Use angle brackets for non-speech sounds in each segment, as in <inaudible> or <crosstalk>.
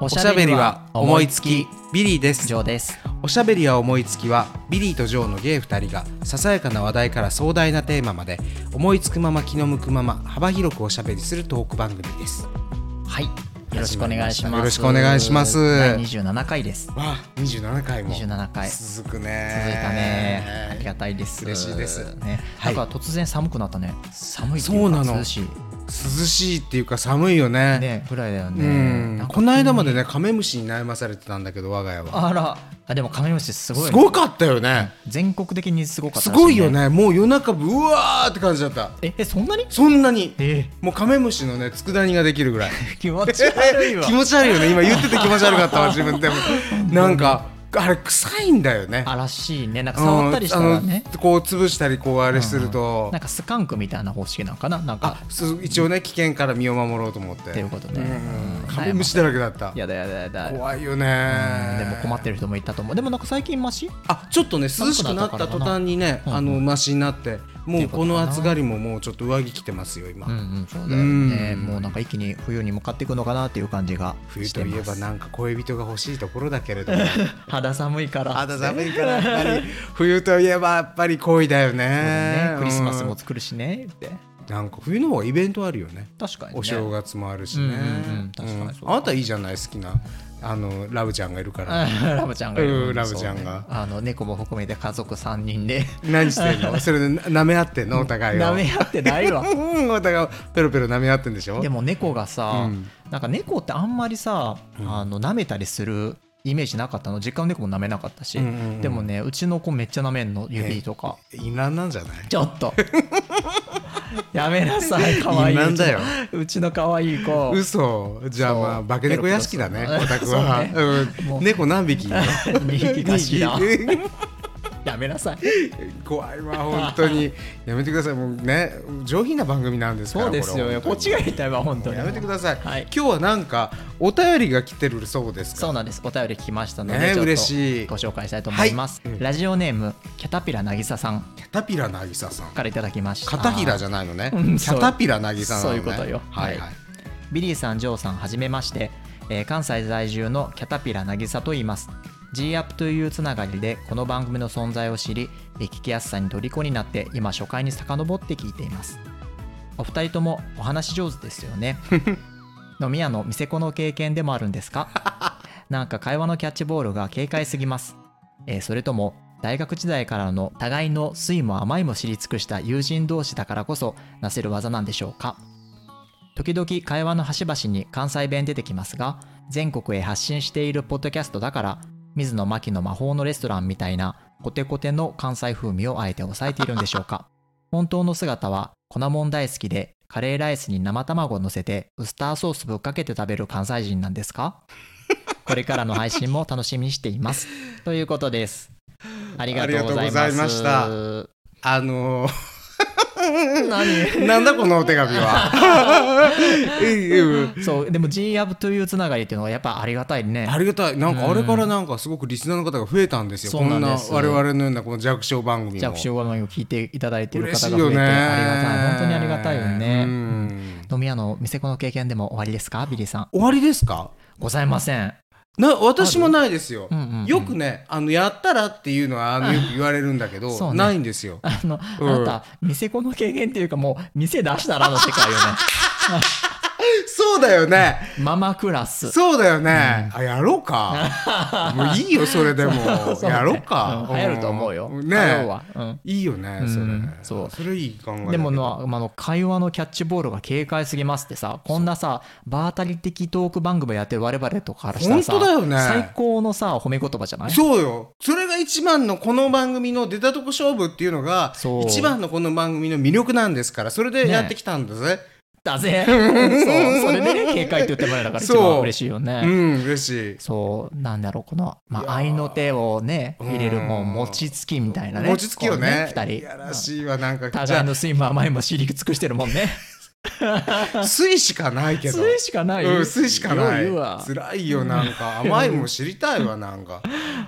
おしゃべりは思いつきビリーです上ですおしゃべりは思いつきはビリーとジョーのゲイ2人がささやかな話題から壮大なテーマまで思いつくまま気の向くまま幅広くおしゃべりするトーク番組ですはいよろしくお願いしますよろしくお願いします第27回です続わあ27回も27回続くいねたねありがたいです嬉しいですね、はいなんか突然寒くなったね寒いっていそううなかの涼しい涼しいっていうか寒いよねねぐらいだようねなんんかこの間までねカメムシに悩まされてたんだけど我が家はあらあでもカメムシすごいねすごかったよね全国的にすごかったすらしねごいよねもう夜中ぶうわーって感じだったええそんなにそんなにえもうカメムシのね佃煮ができ <laughs> るぐらいー、気持ち悪いわ <laughs> 気持ち悪いよね今言ってて気持ち悪か <laughs> ったわ自分でもなんかあれ臭いんだよねあらしいねなんかうん触ったりしたらねあのこう潰したりこうあれすると、なんかスカンクみたいな方式なのかななんかあそう一応ね危険から身を守ろうと思ってっていうことねうんうんカメムシだらけだったやだやだやだ怖いよねうんでも困ってる人もいたと思うでもなんか最近マシあちょっとね涼しくなった途端にねうんうんあのマシになってもうこのっていうことかな暑がりももうちょっと上着着てますよ今、うんうんそうだよねうんもうなんか一気に冬に向かっていくのかなっていう感じが冬しとていえまばすなんか恋人が欲しいところだけれども肌寒いから肌そう寒いからやっぱり冬といえばやっぱり恋だよだねよねクリスマスもうん作るしねってなんか冬の方がイベントあるよね確かにねお正月もあるしねうんうんうん確かにそうだうんあなたいいじゃない好きなあのラブちゃんがいるからうん <laughs> ラブちゃんがいるうんラブちゃそんがうねあの猫も含めて家族3人で何して <laughs> んのそれで舐め合ってんのお互いを舐め合ってない <laughs> わうんお互いをペロペロ舐め合ってんでしょでも猫がさ、うんなんか猫ってあんまりさ、うんあの舐めたりするイメージなかったの実家の猫も舐めなかったし、うんうんうんでもねうちの子めっちゃ舐めんの指とか、いらんなんじゃないちょっと <laughs> やめなさいかわいいいいなんだようちのかわいい子嘘じゃあまそあう化け猫屋敷だペねロペロお宅はそううんもう猫何匹二匹がしら二匹やめなさい怖いわ本 <laughs> 当にやめてくださいもうね上品な番組なんですからそうですよここっちが言いたいわ本当にやめてください、はい今日はなんかお便りが来てるそうですそかうなんですお便り聞きましたので、ねちょっと嬉しいご紹介したいと思います、はいうんラジオネームキャタピラ渚さんキャタピラなぎささんからいただきました片平じゃないのね、うんキャタピラなぎさなのそねういうことよはいははいビリーさん、ジョーさん、はじめまして、えー関西在住のキャタピラ渚と言います。G-UP というつながりでこの番組の存在を知り、えー聞きやすさに虜になって今初回に遡って聞いています。お二人ともお話し上手ですよね。飲み屋の店子の経験でもあるんですかなんか会話のキャッチボールが軽快すぎます。えーそれとも大学時代からの互いの酸いも甘いも知り尽くした友人同士だからこそなせる技なんでしょうか時々会話の端々に関西弁出てきますが全国へ発信しているポッドキャストだから水野真紀の魔法のレストランみたいなコテコテの関西風味をあえて抑えているんでしょうか本当の姿は粉もん大好きでカレーライスに生卵を乗せてウスターソースぶっかけて食べる関西人なんですかこれからの配信も楽しみにしていますということですありがとうございますありがとうございましたあのー <laughs> 何 <laughs> なんだこのお手紙 <laughs> はうんそうでも G アブというつながりっていうのはやっぱありがたいねありがたいなんかあれからなんかすごくリスナーの方が増えたんですよ、そうこなんんなです我々のようなこの弱小番組も弱小我慢を聞いていただいている嬉し方いが増よえてねありがたい本当にありがたいようねん飲み屋の店子の経験でも終わりですかビリーさん終わりですかございません、な私もないですよ、うんうんうんよくねあのやったらっていうのはあのよく言われるんだけそど、うねないんですよ <laughs> あの、うんあなた店子の経験っていうかもう店出したらの世界よね <laughs> そうだよねママクラスそうだよね、あやろ <laughs> うかもういいよそれでもそうそうねやろうか、うん流行ると思うよん流行るねわうんいいよねそれ、うんそうれいい考えだけどでもな、あの会話のキャッチボールが軽快すぎますってさこんなさ場当たり的トーク番組やってる我々とかからしたらさ本当だよね最高のさ褒め言葉じゃないそうよそれが一番のこの番組の出たとこ勝負っていうのがそう一番のこの番組の魅力なんですからそれでやってきたんだぜ、だ <laughs> ぜそうそれでね警戒って言ってもらえたから一そう番嬉しいよね、うん嬉しいそうなんだろうこの、まいやーあ、愛の手をね入れるうんもう餅つきみたいなね餅つきよねこうい二や人らしいわなんかじ互ゃいあの睡魔甘いも知り尽くしてるもんね水しかないけど水しかないうん、水しかないようわ辛いよなんか甘いもん知りたいわなんか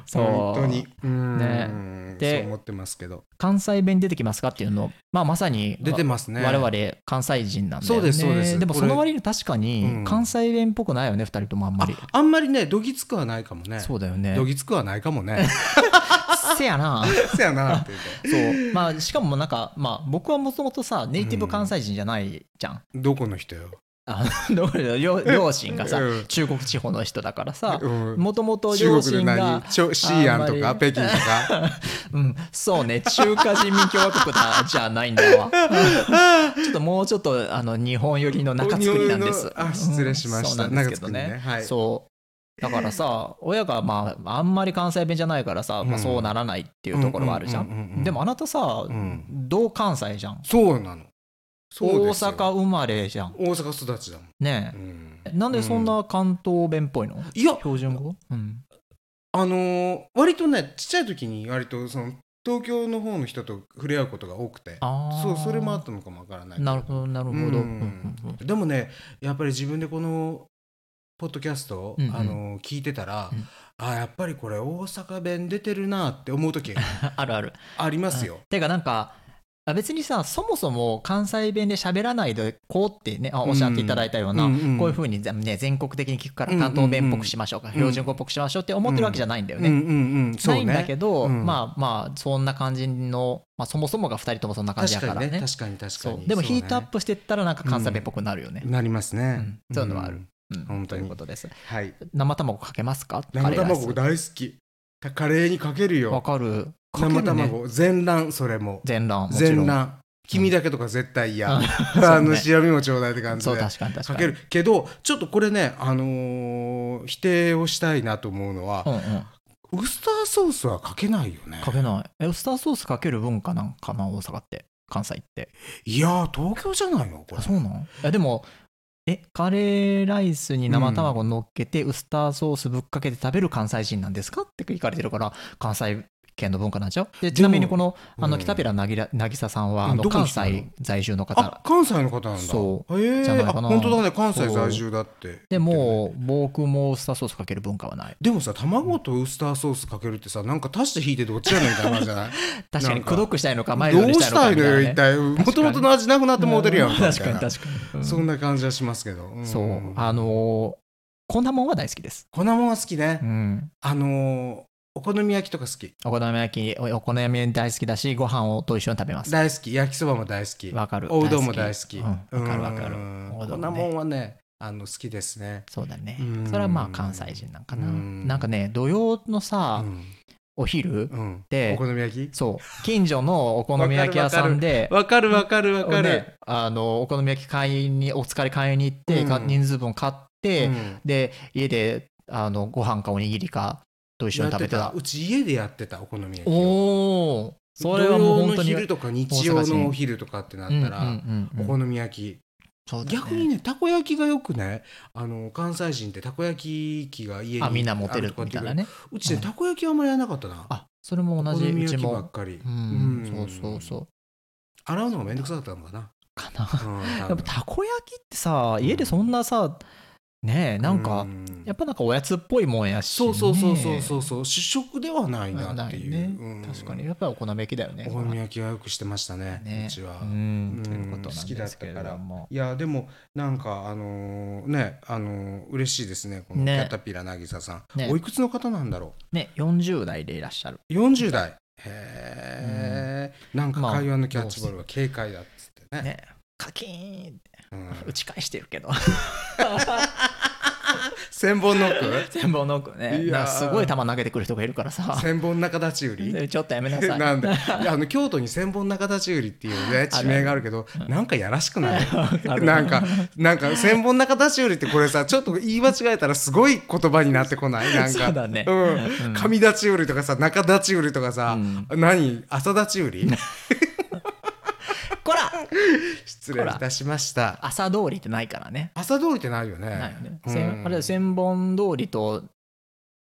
そう本当にうん、ねそでう思ってますけど関西弁出てきますかっていうのまあまさに出てますね我々関西人なんで、ね、そうですそうですもこそれの割に確かうんに関西弁っぽくないよね、二人ともあんまりああんまりねどぎつくはないかもねそうだよねどぎつくはないかもね <laughs> せやなそやなって言ってそう <laughs> まあしかもなんかまあ僕はもともとさネイティブ関西人じゃないじゃん、 <laughs> どこの人よあの両両親がさ、うん中国地方の人だから <laughs> さうんもともと中両国で親が何ちょシーアあンと <laughs> かんま北京とかうん、そうね、中華人民共和国だじゃないんだ <laughs> わ。ちょっともうちょっとあの日本寄りの中作りなんです日。本のあ失礼しましたうんそうなんですけど中ね。作りねはいそう。だからさ、親がまああんまり関西弁じゃないからさ、まうあ、んそうならないっていうところはあるじゃ。うんうんうんうんうんんでもあなたさ、うん同関西じゃん。そうなのそう大ですよ阪生まれじゃん。大阪育ちだもんねうえ。んなんでそんな関東弁っぽいの、いや標準語うん。あのー割とねちっちゃい時に割とその東京の方の人と触れ合うことが多くてああ。そうそれもあったのかもわからないけなるほど、なるほど。うんうんうんうんでもねやっぱり自分でこのポッドキャストを、うんうんあのー聞いてたら、うんあやっぱりこれ大阪弁出てるなって思う時あるある。ありますよ。てかなんかあ別にさそもそも関西弁で喋らないでこうってねあおっしゃっていただいたような、うんうんこういうふうに、ね、全国的に聞くからうんうん関東弁っぽくしましょうか、ん標準語っぽくしましょうって思ってるわけじゃないんだよね。うんうんうん、そなうねいんだけど、うんまあまあそんな感じの、まあ、そもそもが2人ともそんな感じだ確かからにねね確かに確かそにうでもそうねヒートアップしてったらなんか関西弁っぽくなるよね、なりますね、うんそういうのはあるんうん本と当にいうことですはい生卵かけますか生カレーライス卵大好きたカレーにかけるわよかるかけ生るね卵全卵それも全卵もちろん全卵君だけとか絶対嫌、うんあそうのね白身もちょうだいって感じそうで確かに確かかにけるけどちょっとこれね、あのー否定をしたいなと思うのはう、んうんウスターソースはかけないよねかけないえウスターソースかける文化なんかな大阪って関西っていやー東京じゃないのこあれそうなんえでもえカレーライスに生卵乗っけて、ウスターソースぶっかけて食べる関西人なんですかって聞かれてるから関西圏の文化なんでしょでちなみにこのあうのん北平なぎら渚さんは、うんあのどこ関の人なの西在住のあ方関西の方なんだそうへえじゃないあかな本当だね関西在住だってでもう僕もウスターソースかける文化はないでもさ卵とウスターソースかけるってさなんか足して引いてどっちやねんみたいな感じじゃ <laughs> ない確かなにんかくどくしたいのかマイルドどうにししたたいいののかよみたい一なね体もともとの味なくなってもうてるやんうんみたい確かにな確かに、うんそんな感じはしますけど、んそうあのーこんなもんは大好きです粉もんは好きね、うんあのーお好み焼きとか好きお好み焼き、おお好み焼き大好きだし、ご飯をと一緒に食べます。大好き焼きそばも大好きわかる。おうどんも大好きうんわ、かるわかるう。んおうど粉んもね。んはねあの好きですねそうだねうん。それはまあ関西人なんかな。うんなんかね、土曜のうさ、んお昼う、んでお好み焼きそう、近所のお好み焼き屋さんで、わかるわかるわかる、ねあのお好み焼き買いに、お疲れ買いに行って、うんか人数分買っうて、んで、家であのご飯かおにぎりかと一緒に食べてやったて。うち家でやってたお好み焼きをおー、それはもう本当に。土曜の昼とか日曜のお昼とかってなったら、うんうんうんうおん好み焼き、そうだね逆にねたこ焼きがよくねあの関西人ってたこ焼き器が家にあみんな持てるみたいなねあるとかっていうけどうちねうんたこ焼きはあんまりやらなかったなあそれも同じお好みうち焼きばっもかり、うんうんそうそうそう洗うのがめんどくさかったのかな、かなうん多やっ分ぱたこ焼きってさ家でそんなさねえなんか、うやっぱなんかおやつっぽいもんやし、そね、うそうそうそうそうそう主食ではないなっていう、ないねうん確かにやっぱりお好み焼きだよねお好み焼きはよくしてましたねねうちは、んうんということなんですけれどもいやでもなんかあのーねあのー嬉しいですねこのキねャタピラ渚さん、ねおいくつの方なんだろね40代でいらっしゃるう40代へえ、なんかまあ会話のキャッチボールは軽快だっつってね,、ねカキーンってうん、打ち返してるけど千本ノッ <laughs> ク全部の奥ねいやーなんかすごい球投げてくる人がいるからさ千本中立ち売りちょっとやめなさい <laughs> なんでいやあの京都に千本中立ち売りっていうね地名があるけどなんかやらしく <laughs> ないなんかなんか千本中立ち売りってこれさちょっと言い間違えたらすごい言葉になってこないなんかそうだねうん、上立ち売りとかさ中立ち売りとかさ、何朝立ち売りこら失礼いたしました朝通りってないからね朝通りってないよねないよね。うん千あれ千本通りと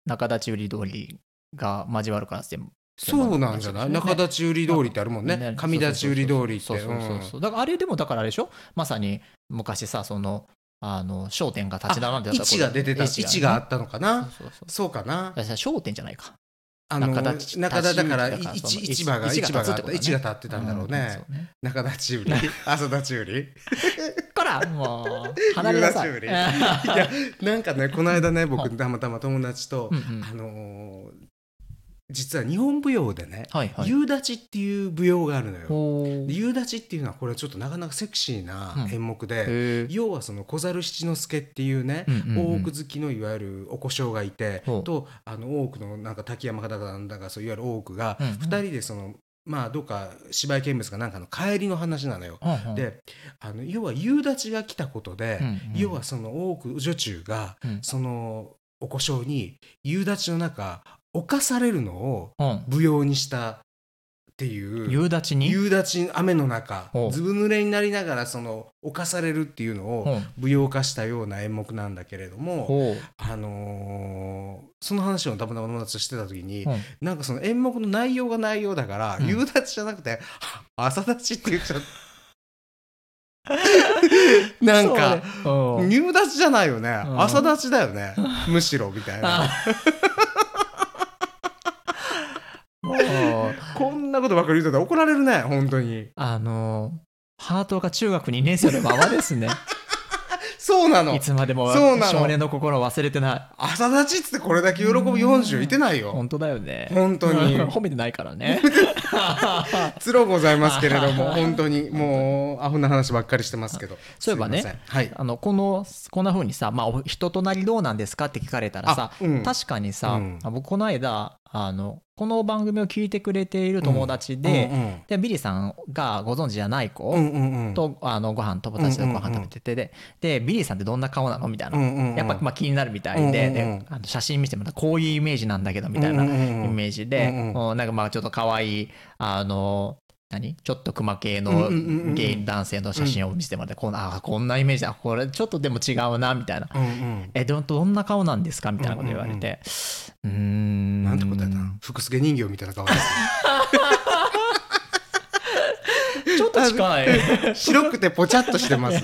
中立ち売り通りが交わるから全部そうなんじゃない、中立ち売り通りってあるもんね上立ち売り通りってそうそうそうそうだからあれでもだからあれでしょまさに昔さそのあの商店が立ち並んであ位置が出てた位置,、があったのかたなそうそうそうかなそう商店じゃないかあの中中立ち田だから立ち売りだからいそ市の市場が市市場が立つがってあことったね市が立ってたんだろうね、そうね中立ち売 <laughs> り朝立ち <laughs> 売りこらもう離れなさい夕立ち売りいやなんかねこの間ね僕たまたま友達と、うんうんあのー実は日本舞踊でねはい「はい夕立ち」っていう舞踊があるのよ。ほうで夕立ちっていうのはこれちょっとなかなかセクシーな演目で、へえ要はその小猿七之助っていうね、うんうんうん大奥好きのいわゆるお小姓がいて、ほうとあの大奥のなんか滝山方なんだかそういわゆる大奥がうんうん二人でその、まあどっか芝居見物かなんかの帰りの話なのよ。うんうんであの要は夕立ちが来たことで、うんうん要はその大奥女中がうんそのお小姓に夕立ちの中犯されるのをうん舞踊にしたっていう。夕立ちに夕立ち雨の中ほうずぶ濡れになりながらその犯されるっていうのをほう舞踊化したような演目なんだけれども、ほうあのーその話をたまたま友達としてた時に、うんなんかその演目の内容が内容だから、うん夕立ちじゃなくて「朝立ち」って言っちゃ <laughs> った。なんか、そうねうん夕立ちじゃないよね、ん朝立ちだよね <laughs> むしろみたいなあ <laughs> もうこんなことばっかり言うとったら怒られるね本当にあのハートが中学2年生のままです <laughs> ねそうなのいつまでもそうなの少年の心を忘れてない朝立ちっつってこれだけ喜ぶ40いてないよ。本当だよね本当に褒めてないからねつろうございますけれども、本当に、もう、アホな話ばっかりしてますけど。そういえばねすませんはい。あのこのこんな風にさ、まあ、お人となりどうなんですかって聞かれたらさ、あうん確かにさ、うんあ僕この間あのこの番組を聞いてくれている友達で,、でビリーさんがご存知じゃない子、うんうんうんうん。とあのご飯友達とご飯食べてて、ででビリーさんってどんな顔なのみたいな、うんうんうんやっぱまあ気になるみたいで,、うんうんうんであの写真見せてもらったらこういうイメージなんだけどみたいなうイんうんうんメージで、うんうんなんかまあちょっと可愛いあの何ちょっと熊系うんのうんうんうんゲイ男性の写真を見せてもらって、こんなあこんなイメージだこれちょっとでも違うなみたいな。うんうん。えどどんな顔なんですかみたいなこと言われてうーんなんて答えたの福助人形みたいな顔ですちょっと近 <laughs> いね。白くてぽちゃっとし <laughs> てます。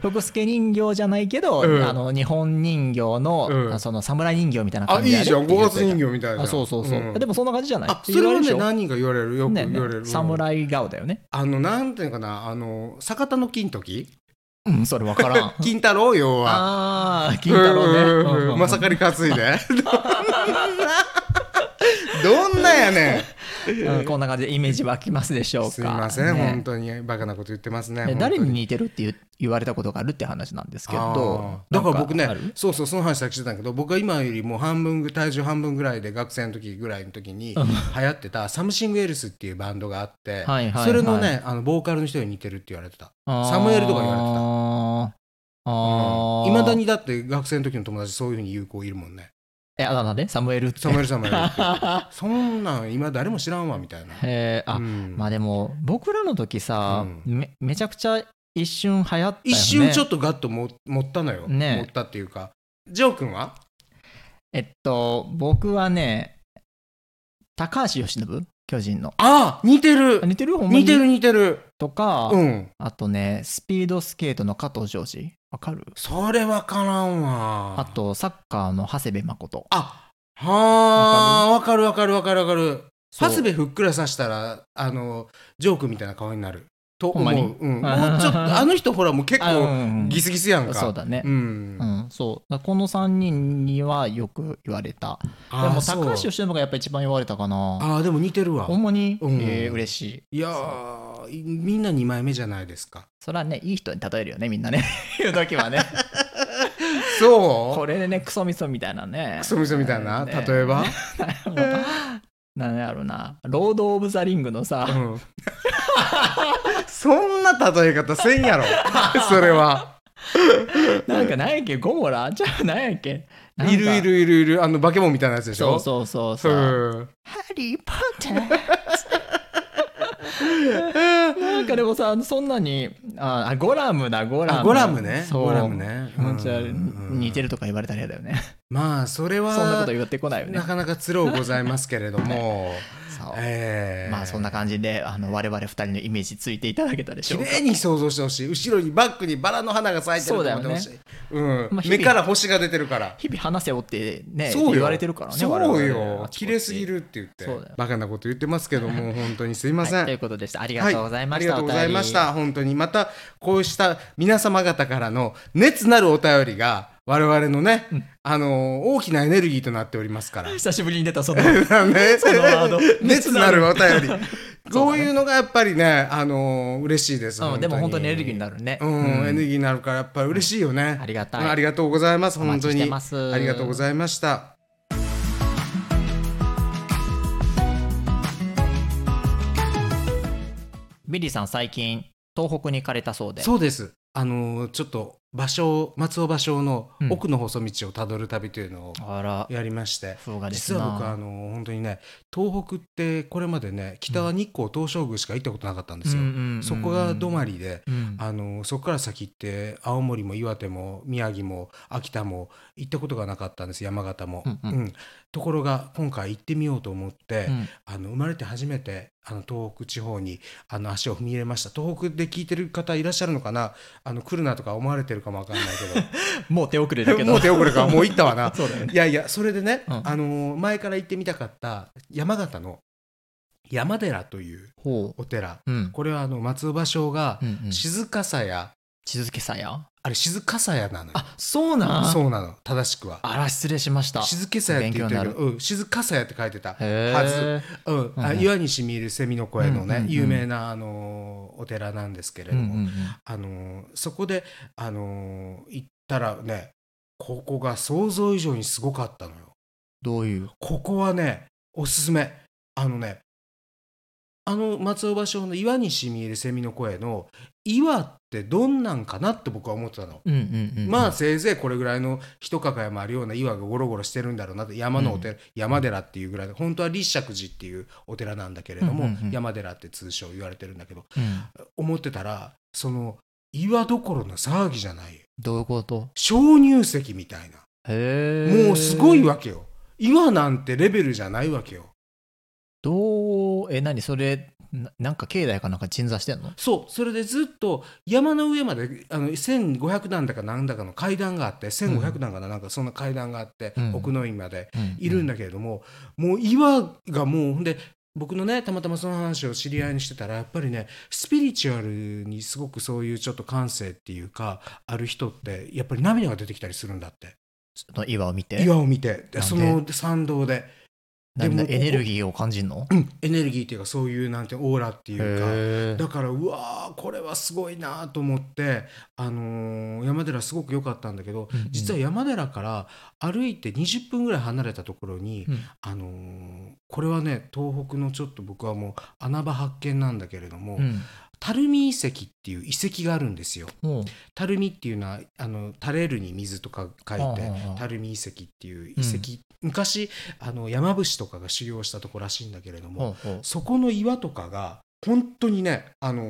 福助人形じゃないけど、うんあの日本人形の,、うんその侍人形みたいなあ、感いいじじゃん。って五言っ月てた人形みたいな。あそうそうそう、んでもそんな感じじゃないあ、それはね、言わ何人か言われる。よくれるでしょ言われる。侍顔だよねあの、なんていうのかな、あの、坂田の金時うんそれ分 <laughs> からん金太郎、要は。ああ金太郎ねううんんううんんううんんまさかり担いで。 <laughs> どんなやね。うんこんな感じでイメージ湧きますでしょうんかすいません、ね本当にバカなこと言ってますね。ね本当誰に似てるって言う言われたことがあるって話なんですけあどーだから僕ねなんあるそうそうその話さっきしてたんだけど僕が今よりも半分ぐ体重半分ぐらいで学生の時ぐらいの時に流行ってた「サムシング・エルス」っていうバンドがあっはていはいはいそれのねあのボーカルの人に似てるって言われてたあーサムエルとか言われてたああいまだにだって学生の時の友達そういうふうに言う子いるもんねえあだ名でサムエルってサムエルサムエルって <laughs> そんなん今誰も知らんわみたいなへえ <laughs> あ、うんまあでも僕らの時さ、うんめめちゃくちゃ一瞬流行ったよね一瞬ちょっとガッとも持ったのよ、ね持ったっていうかジョー君はえっと僕はね高橋由伸巨人のああ似てるあ似てるほんまに似てる似てるとか、うんあとねスピードスケートの加藤ジョージわかるそれわからんわあとサッカーの長谷部誠あはあわかるわかるわかるわかるそう長谷部ふっくらさしたらあのジョー君みたいな顔になるとほんま思うにうん、もうちょっとあの人ほらもう結あうん構うんギスギスやんかそうだねうんう、ん、そうこの3人にはよく言われたであもーそう高橋由伸がやっぱ一番言われたかなあーでも似てるわほんまに、うんえー嬉しいいやーいみんな2枚目じゃないで <laughs> すかそれはねいい人に例えるよねみんなね <laughs> 言う時は <laughs> ねそうこれでねクソみそみたいなねクソみそみたいな、ね例えば、なんやろなロード・オブ・ザ・リングのさ、うんそんな例え方せんやろそれはなんか何やっけゴモラじゃあ何やっけなんかいるいるいるいるあの化け物みたいなやつでしそょうそうそううそう、んハリー・ポッターなんなんかでもさそんなにああゴラムだゴラあムゴラムねそうゴラムねうんうんじゃあうん似てるとか言われたら嫌だよねまあそれはそんなこと言ってこないよねなかなかつろうございますけれども、 <laughs> そうえーまあそんな感じであの我々二人のイメージついていただけたでし綺ょうか麗に想像してほしい後ろにバックにバラの花が咲いてると思ってほしいうんまあ日々目から星が出てるから日々話せよってねそうよ言われてるからね我そう々はよ綺麗すぎるって言っそうだてよバカなこと言ってますけども本当にすいません、はい、ということでしたありがとうございました、はありがとうございましお便た。本当に。また、こうした皆様方からの熱なるお便りが、我々のね、あのー、大きなエネルギーとなっておりますから <laughs> り。久しぶりに出たそのねそのワー <laughs> ド熱なるお便り。こういうのがやっぱりね、あのー、嬉しいです。うんでも本当にエネルギーになるねうん、エネルギーになるから、やっぱり嬉しいよね。ありがたいうんありがとうございます。お本待当ちしてに。ますありがとうございました。ビリーさん最近東北に行かれたそうでそうです。あのー、ちょっと、場所、松尾芭蕉のうん奥の細道をたどる旅というのをあらやりまして。風がです実なは僕あの本当にね東北ってこれまでね北は日光東照宮しか行ったことなかったんですよ、うんうんうんうんそこが止まりで、うんあのそこから先って青森も岩手も宮城も秋田も行ったことがなかったんです山形も、うんうんところが今回行ってみようと思って、うんあの生まれて初めてあの東北地方にあの足を踏み入れました東北で聞いてる方いらっしゃるのかなあの来るなとか思われてるかもわかんないけどもう手遅れだけど <laughs> もう手遅れかもう行ったわ <laughs> なそうだよねいやいやそれでね、うんあのー前から行ってみたかった山形の山寺というほお寺ううんこれはあの松尾芭蕉がうんうん静かさや、地付けさやあれ静かさやなのよあそうなんそうなの正しくはあら失礼しました静けさやって言ってるけ勉強にど、うん、静かさやって書いてたへはず、えうんうあんうん岩にしみる蝉の声のね、うんうんうん有名なあのーお寺なんですけれうどんうも、んあのーそこであのー行ったらねここが想像以上にすごかったのよどういうここはね、おすすめ。あのね、あの松尾芭蕉の岩にしみ入る蝉の声の岩ってどんなんかなって僕は思ってたの。うんうんうんまあせいぜいこれぐらいの一抱えもあるような岩がゴロゴロしてるんだろうなって山のお寺、山寺っていうぐらいで本当は立石寺っていうお寺なんだけれども、うんうんうん山寺って通称言われてるんだけどうん思ってたらその岩どころの騒ぎじゃないよどういうこと鍾乳石みたいなへえもうすごいわけよ岩なんてレベルじゃないわけよどうえ何それななんか境内かなんか鎮座してんのそうそれでずっと山の上まであの1500段だかなんだかの階段があって1500段かな,、なんかそんな階段があって、うん奥の院までいいるんだけれども、もう岩がもうほんで僕のねたまたまその話を知り合いにしてたらやっぱりねスピリチュアルにすごくそういうちょっと感性っていうかある人ってやっぱり涙が出てきたりするんだっての岩を見て岩を見てでその参道で、なんかでもエネルギーを感じるのうんエネルギーっていうかそういうなんてオーラっていうか。へーだからうわーこれはすごいなと思って、あのー山寺すごく良かったんだけど、うんうん実は山寺から歩いて20分ぐらい離れたところに、うんあのーこれはね東北のちょっと僕はもう穴場発見なんだけれども、うん垂水遺跡っていう遺跡があるんですよ。もう垂水っていうのはあの垂れるに水とか書いああてああ垂水遺跡っていう遺跡、昔あの山伏とかが修行したとこらしいんだけれども、ほうほうそこの岩とかが本当にね、あの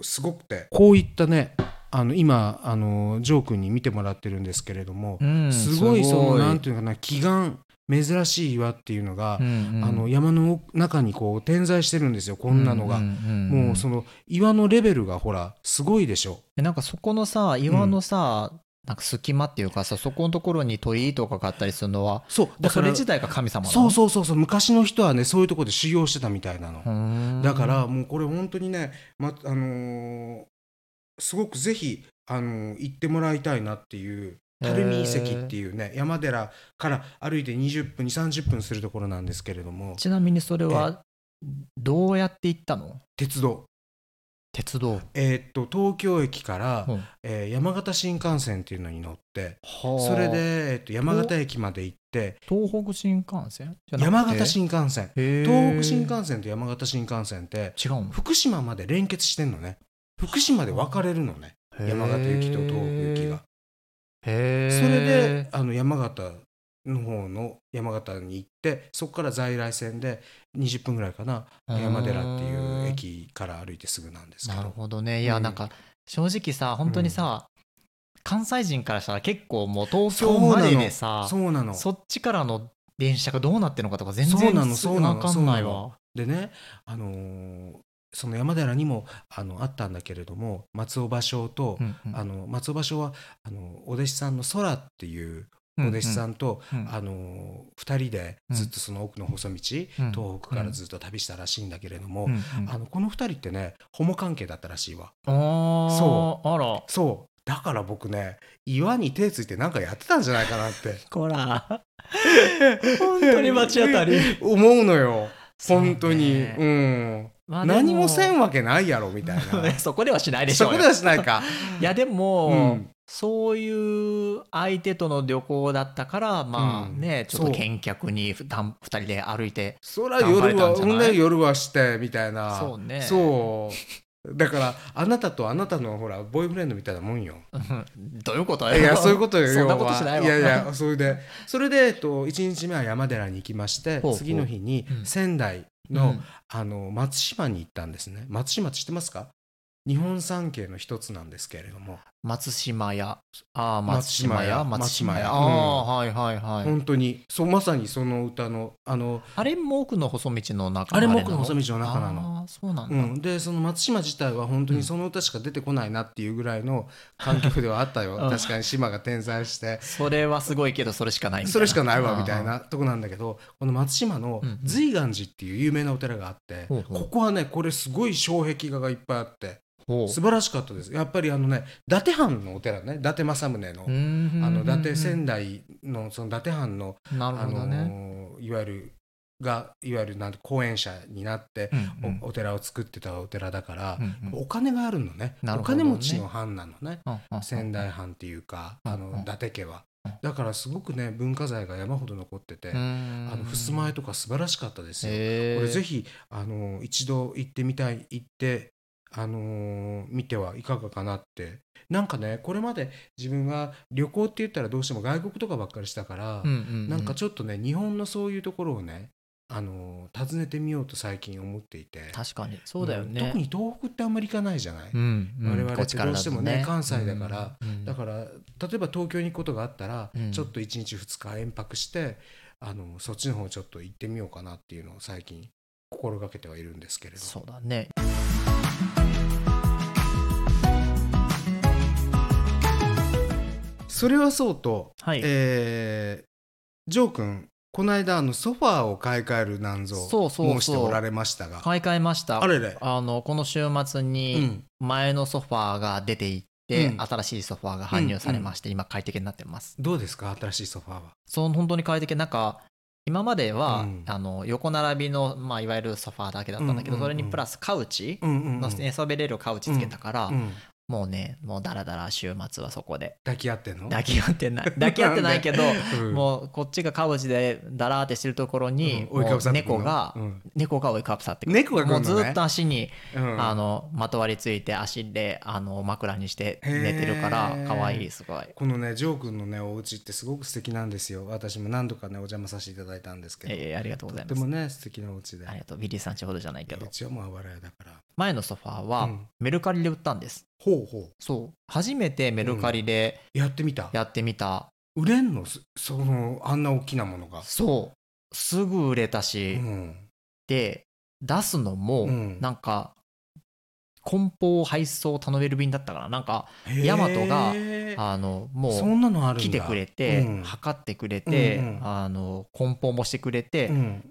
ーすごくてこういったねあの今、あのージョー君に見てもらってるんですけれども、うんすごいそのなんて、ていうのかな奇岩珍しい岩っていうのが、うんうんあの山の中にこう点在してるんですよこんなのが、うんうんうんもうその岩のレベルがほらすごいでしょえなんかそこのさ岩のさ、なんか隙間っていうかさそこのところに鳥居とかがあったりするのはそうだかそられ自体が神様なのそうそうそうそう昔の人はねそういうところで修行してたみたいなのうーんだからもうこれ本当にね、まあのーすごくぜひ、あのー行ってもらいたいなっていう垂水遺跡っていうね山寺から歩いて20分に30分するところなんですけれどもちなみにそれはどうやって行ったの鉄道、鉄道、えーっと東京駅から、うんえー山形新幹線っていうのに乗ってそれで、えーっと山形駅まで行って東北新幹線じゃなくて山形新幹線へー東北新幹線と山形新幹線って違うの福島まで連結してんのね福島で分かれるのね山形行きと東北行きが。へーそれであの山形の方の山形に行ってそこから在来線で20分ぐらいかなうん山寺っていう駅から歩いてすぐなんですけなるどほどねいや、うんなんか正直さ本当にさ、関西人からしたら結構もう東京そうなまのででさそそうなのっちからの電車がどうなってるのかとか全そう然なのそうなのわかんないそうなわでね、あのーその山寺にもあのあったんだけれども松尾芭蕉と、うんうんあの松尾芭蕉はあのお弟子さんの空っていううおん弟子さんと、うんうんあのー二人でずっとその奥の細道、うん東北からずっと旅したらしいんだけれども、うんうんあのこの二人ってねホモ関係だったらしいわあーそあらそうだから僕ね岩に手ついてなんかやってたんじゃないかなってこ <laughs> ら本当に罰当たり思うのよ本当にそう,、うねんまあで何もせんわけないやろみたい <laughs> そこではしないでなしょそうこよではしない <laughs> かいやでも、うんそういう相手との旅行だったからまあうんね、ちょっとそう見客にふたん二人で歩いてそら夜頑は張れたんじゃない女夜はしてみたいなそうねそうだからあなたとあなたのほらボーイフレンドみたいなもんようん <laughs> どういうこといやそういうことよそんなことしないわ要はいやいやそれでそれで、えっと、1日目は山寺に行きましてほうほう次の日にうん仙台の,、あの松島に行ったんですね松島って知ってますか日本三景の一つなんですけれども松島屋ああ松島屋松松島島屋屋ああ、はいはいはい、本当にそうまさにその歌のあのあれも奥の細道の中あれなもの奥の細道の中なの。あーそうなんだ、うん、でその松島自体は本当にその歌しか出てこないなっていうぐらいの環境ではあったよ、うん確かに島が点在してそれはすごいけどそれしかないみたいなそれしかないわみたいなとこなんだけどこの松島のうんうん瑞岩寺っていう有名なお寺があって、ほうほうここはねこれすごい障壁画がいっぱいあってほう素晴らしかったですやっぱりあのね伊達藩のお寺ね伊達政宗の,、うんあの伊うん達仙台のその伊達藩の、なるあほどのね、ーいわゆるがいわゆるなんて後援者になってうんうんおお寺を作ってたお寺だから、うんうんお金があるのねなるおほどね金持ちの藩なのねうんうん仙台藩っていうか、うんあうんの伊達家は、うんだからすごくね文化財が山ほど残ってて、うんあの襖絵とか素晴らしかったですよ、へーこれぜひあの一度行ってみたい行ってあのー見てはいかがかなってなんかねこれまで自分が旅行って言ったらどうしても外国とかばっかりしたから、うんうんうんなんかちょっとね日本のそういうところをねあのー訪ねてみようと最近思っていて確かにそうだよね、ん特に東北ってあんまり行かないじゃない、うんうん我々ってこっちからだとどうしてもね関西だから、うんだから例えば東京に行くことがあったら、うんちょっと1日2日延泊してあのそっちの方ちょっと行ってみようかなっていうのを最近心がけてはいるんですけれどそうだねそれはそうと、はい、えージョー君この間あのソファーを買い替えるなんぞそうそうそう申しておられましたが買い替えましたあれれ、あのこの週末うにん、前のソファーが出ていって、うん新しいソファーが搬入されまして、今快適になってますどうですか新しいソファーは。その本当に快適なんか今までは、うんあの横並びの、まあ、いわゆるソファーだけだったんだけど、うんうんうんそれにプラスカウチ、うんうんうんの寝そべれるカウチつけたから、うんもうねもうダラダラ週末はそこで抱き合ってんの抱き合って <laughs> ない抱き合ってないけどうんもうこっちがカウチでだらーってしてるところに、うん追いかぶさってくるの猫が、うん猫が追いかぶさってくる猫が来るの、ね、もうずっと足に、うんあのまとわりついて足であの枕にして寝てるからへー可愛いすごいこのねジョー君のねお家ってすごく素敵なんですよ私も何度かねお邪魔させていただいたんですけど、えーありがとうございまとてすもね素敵なお家でありがとうビリーさんちほどじゃないけどうちはもうあばら屋だから前のソファーはうんメルカリで売ったんです、ほうほそう初めてメルカリでうやってみたやってみた、売れんのそそのあんな大きなものがそうすぐ売れたうし、んで出すのもうんなんか梱包配送頼める便だったからなんかへーヤマトがあのもそうんなのあるんだ来てくれて、うん測ってくれて、うんうんあの梱包もしてくれて、うん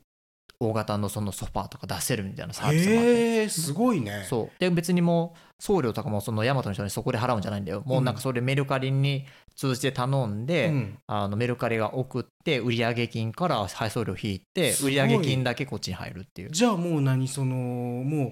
大型のそのソファーとか出せるみたいなサービスもあって、へえすごいねそうで別にもう送料とかもそのヤマトの人にそこで払うんじゃないんだよもうなんかそれメルカリに通じて頼んで、うんあのメルカリが送って売上金から配送料引いてすご売い上金だけこっちに入るっていうじゃあもう何そのもう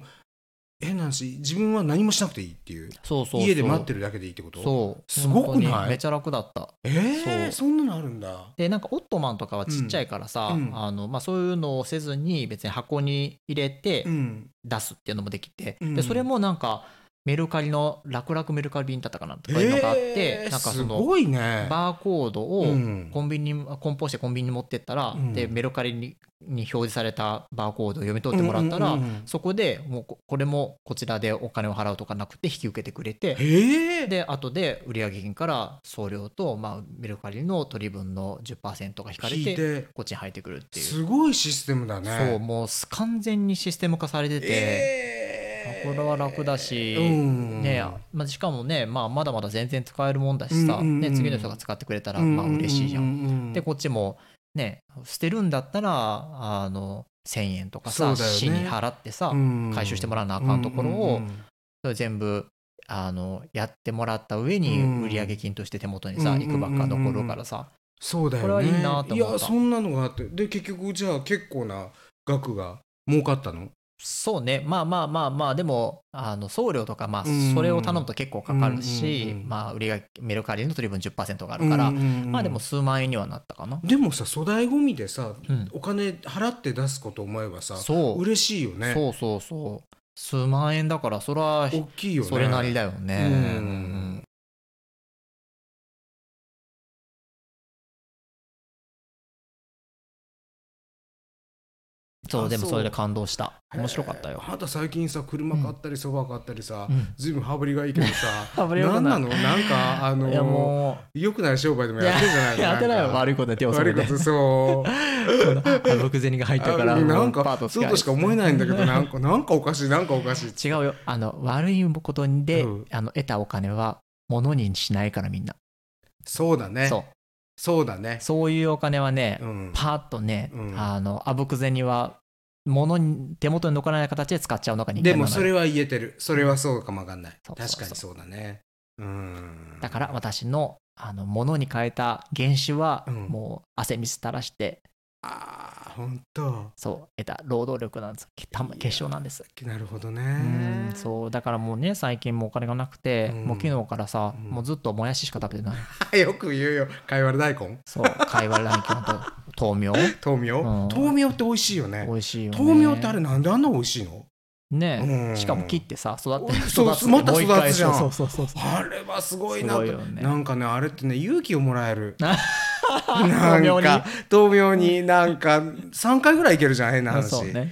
変な話自分は何もしなくていいっていうそうそうそう家で待ってるだけでいいってことそうすごくない本当にめちゃ楽だったえー、そそんなのあるんだでなんかオットマンとかはちっちゃいからさ、うんうんあのまあ、そういうのをせずに別に箱に入れてうん出すっていうのもできて、うんでそれもなんかメルカリの楽々メルカリ便だったかなとかいうのがあって、えーなんかすそのごいねバーコードうをんコンビニに、梱包してコンビニに持ってったら、うんでメルカリにに表示されたバーコードを読み取ってもらったら、うんうんうんうんそこでもうここれもこちらでお金を払うとかなくて引き受けてくれて、ええで後で売上金から送料と、まあ、メルカリの取り分の10%が引かれ聞いててこっちに入ってくるっていうすごいシステムだねそうもうす完全にシステム化されてて、ええこれは楽だし、うんねまあ、しかもね、まあ、まだまだ全然使えるもんだしさ、うんうんうんね、次の人が使ってくれたらうまあ嬉しいじゃん。うううでこっちもね捨てるんだったらあの1,000円とかさ、そうだよね市に払ってさ、うん回収してもらわなあかんところをうんうんうんそれ全部あのやってもらった上にうん売上金として手元にさ、うんいくばっか残るからさ、そうだよねこれはいいなと思ったいやそんなのがあってで結局じゃあ結構な額が儲かったのそうねまあまあまあまあでもあの送料とか、まあうん、それを頼むと結構かかるし、うんまあ、売上メルカリの取り分10%があるから、うんうんうんまあでも数万円にはなったかな。でもさ粗大ごみでさうん、お金払って出すこと思えばさそう嬉しいよねそうそうそう数万円だからそれは大きいよねそれなりだよね。うんうんそうあでもそうそれで感動した面白かったよえー。あなた最近さ車買ったりソファ買ったりさうんずいぶん羽振りがいいけどさ <laughs> 羽振り良くなないんなのなんかあのいやも良くない商売でもういやってんじゃないのやってないよんか悪いことやってよそ悪れでい <laughs> こ。とそう僕銭が入ってるからあ <laughs> なんもうパーかト使そえうとしか思えないんだけどな <laughs> んかなんかおかしいなんかおかしい違うよあの悪いことで、うんあの得たお金は物にしないからみんなそうだねそうそうだねそういうお金はね、うんパーッとね、うんあのあぶく銭は物に手元に残らない形で使っちゃうのが人間でなのもよそれは言えてるそれはそうかもわかんないそう確そうそうかにそうだねうんだから私のあの物に変えた原資は、うんもう汗水垂らしてああ本当そう得た労働力なんですたま結晶なんですなるほどうんねそうだからもうね最近もうお金がなくて、うんもう昨日からさ、うんもうずっともやししか食べてない <laughs> よく言うよかいわれ大根そう貝割れランキョンと <laughs> 豆苗豆苗、うん豆苗って美味しいよね美味しいよね豆苗ってあれなんであんな美味しいのねうんしかも切ってさ育ってそう育つまた育つもう一回じゃんそうそうそうそうあれはすごいなすごといよねなんかねあれってね勇気をもらえる <laughs> な <laughs> 豆苗んにか豆苗になんか3回ぐらいいけるじゃん変な話、そうね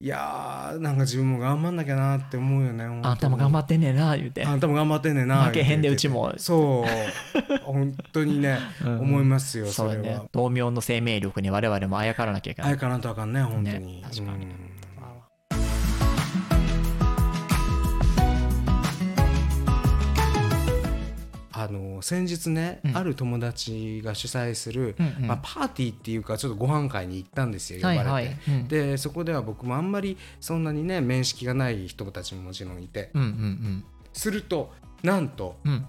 いやーなんか自分も頑張んなきゃなって思うよねあんたも頑張っってんねえな言うてあんたも頑張ってんねんな負けへんで言うちもそう本当にねうん思いますよそそうれよねは豆苗の生命力に我々もあやからなきゃいけあないやかなんとあかんね本当に、ね確かにうんあの先日ね、うんある友達が主催する、うんうんまあ、パーティーっていうかちょっとご飯会に行ったんですよ呼ばはれいて、はいうんでそこでは僕もあんまりそんなにね面識がない人たちももちろんいてうんうんするとなんとうんうん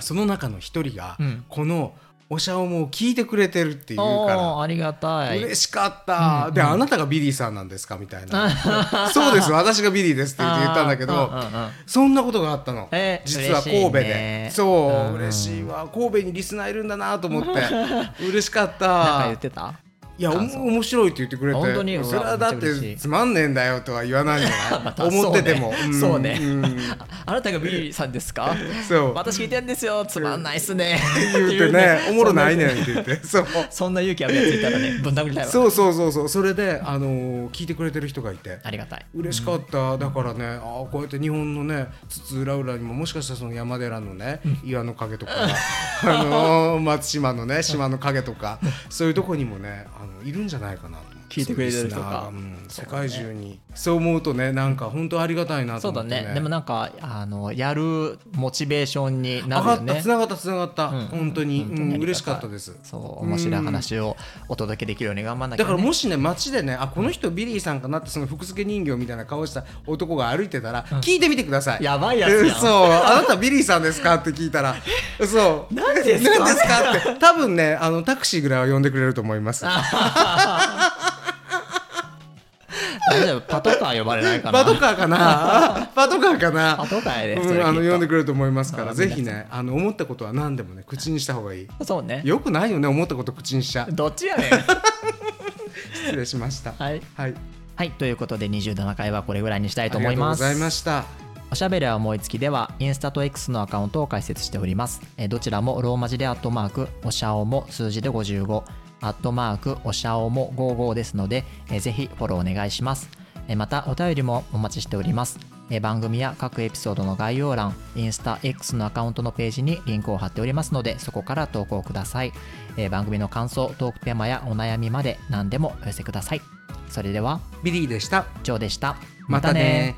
その中の一人が、うんこの「おしゃおも」を聞いてくれてるっていうからおーありがたい嬉しかった、うんで、うんあなたがビリーさんなんですかみたいなそうです私がビリーですって言って言ったんだけあどーうんうんうんそんなことがあったのえ実は神戸で、そう、嬉しいわ神戸にリスナーいるんだなと思って <laughs> 嬉しかっ何か言たってたいやお感想も面白いって言ってくれて本当にうわそれはだっめっちゃ嬉していつまんねえんだよとは言わないんじゃ <laughs> まなたい思って <laughs> てもそうねんんあなたがビリーさんですかそう私聞いてんですよつまんないっすね言うてねおもろないねんって言ってそう <laughs> そんな勇気あるやついたらねぶん殴りたいわそうそうそうそうそれであのー聞いてくれてる人がいてありがたい嬉しかった、だからねあーこうやって日本のね津々浦々にももしかしたらその山寺のね岩の影 <laughs> とか、あのー松島のね島の影とかそういうとこにもねあのいるんじゃないかなと思う聞いてくれてる人がそういうリスナーうん世界中にそう思うとねなんか本当ありがたいなとそう思だって、ね、ねでもなんかあのやるモチベーションになるよ上がったねつながったつながった、うん本当に、本当にありがうんたい嬉しかったですそう面白い話をお届けできるように頑張んなきゃだねからもしね街でねあこの人ビリーさんかなってその福助人形みたいな顔した男が歩いてたら聞いてみてください、やばいやつやんそうあなたビリーさんですかって聞いたらそう何ですか何ですかって多分ねあのタクシーぐらいは呼んでくれると思います大丈夫パトカー呼ばれないかな <laughs> パトカーか <laughs> なパトカーかなパトカーやでうんそれきっとあの呼んでくれると思いますからあぜひねあの思ったことは何でもね口にした方がいいそうねよくないよね思ったこと口にしちゃどっちやねん失礼しましたはい、はいはい、ということで27回はこれぐらいにしたいとあり思がいとうごますざいましたおしゃべりは思いつきではインスタと X のアカウントを開設しております。えーどちらもローマ字でアットマークおしゃおも数字で55アットマークおしゃおも55ですので、えーぜひフォローお願いします。えーまたお便りもお待ちしております。えー番組や各エピソードの概要欄、インスタ X のアカウントのページにリンクを貼っておりますのでそこから投稿ください。えー番組の感想、トークテーマやお悩みまで何でもお寄せください。それではビリーでしたジョーでした。またね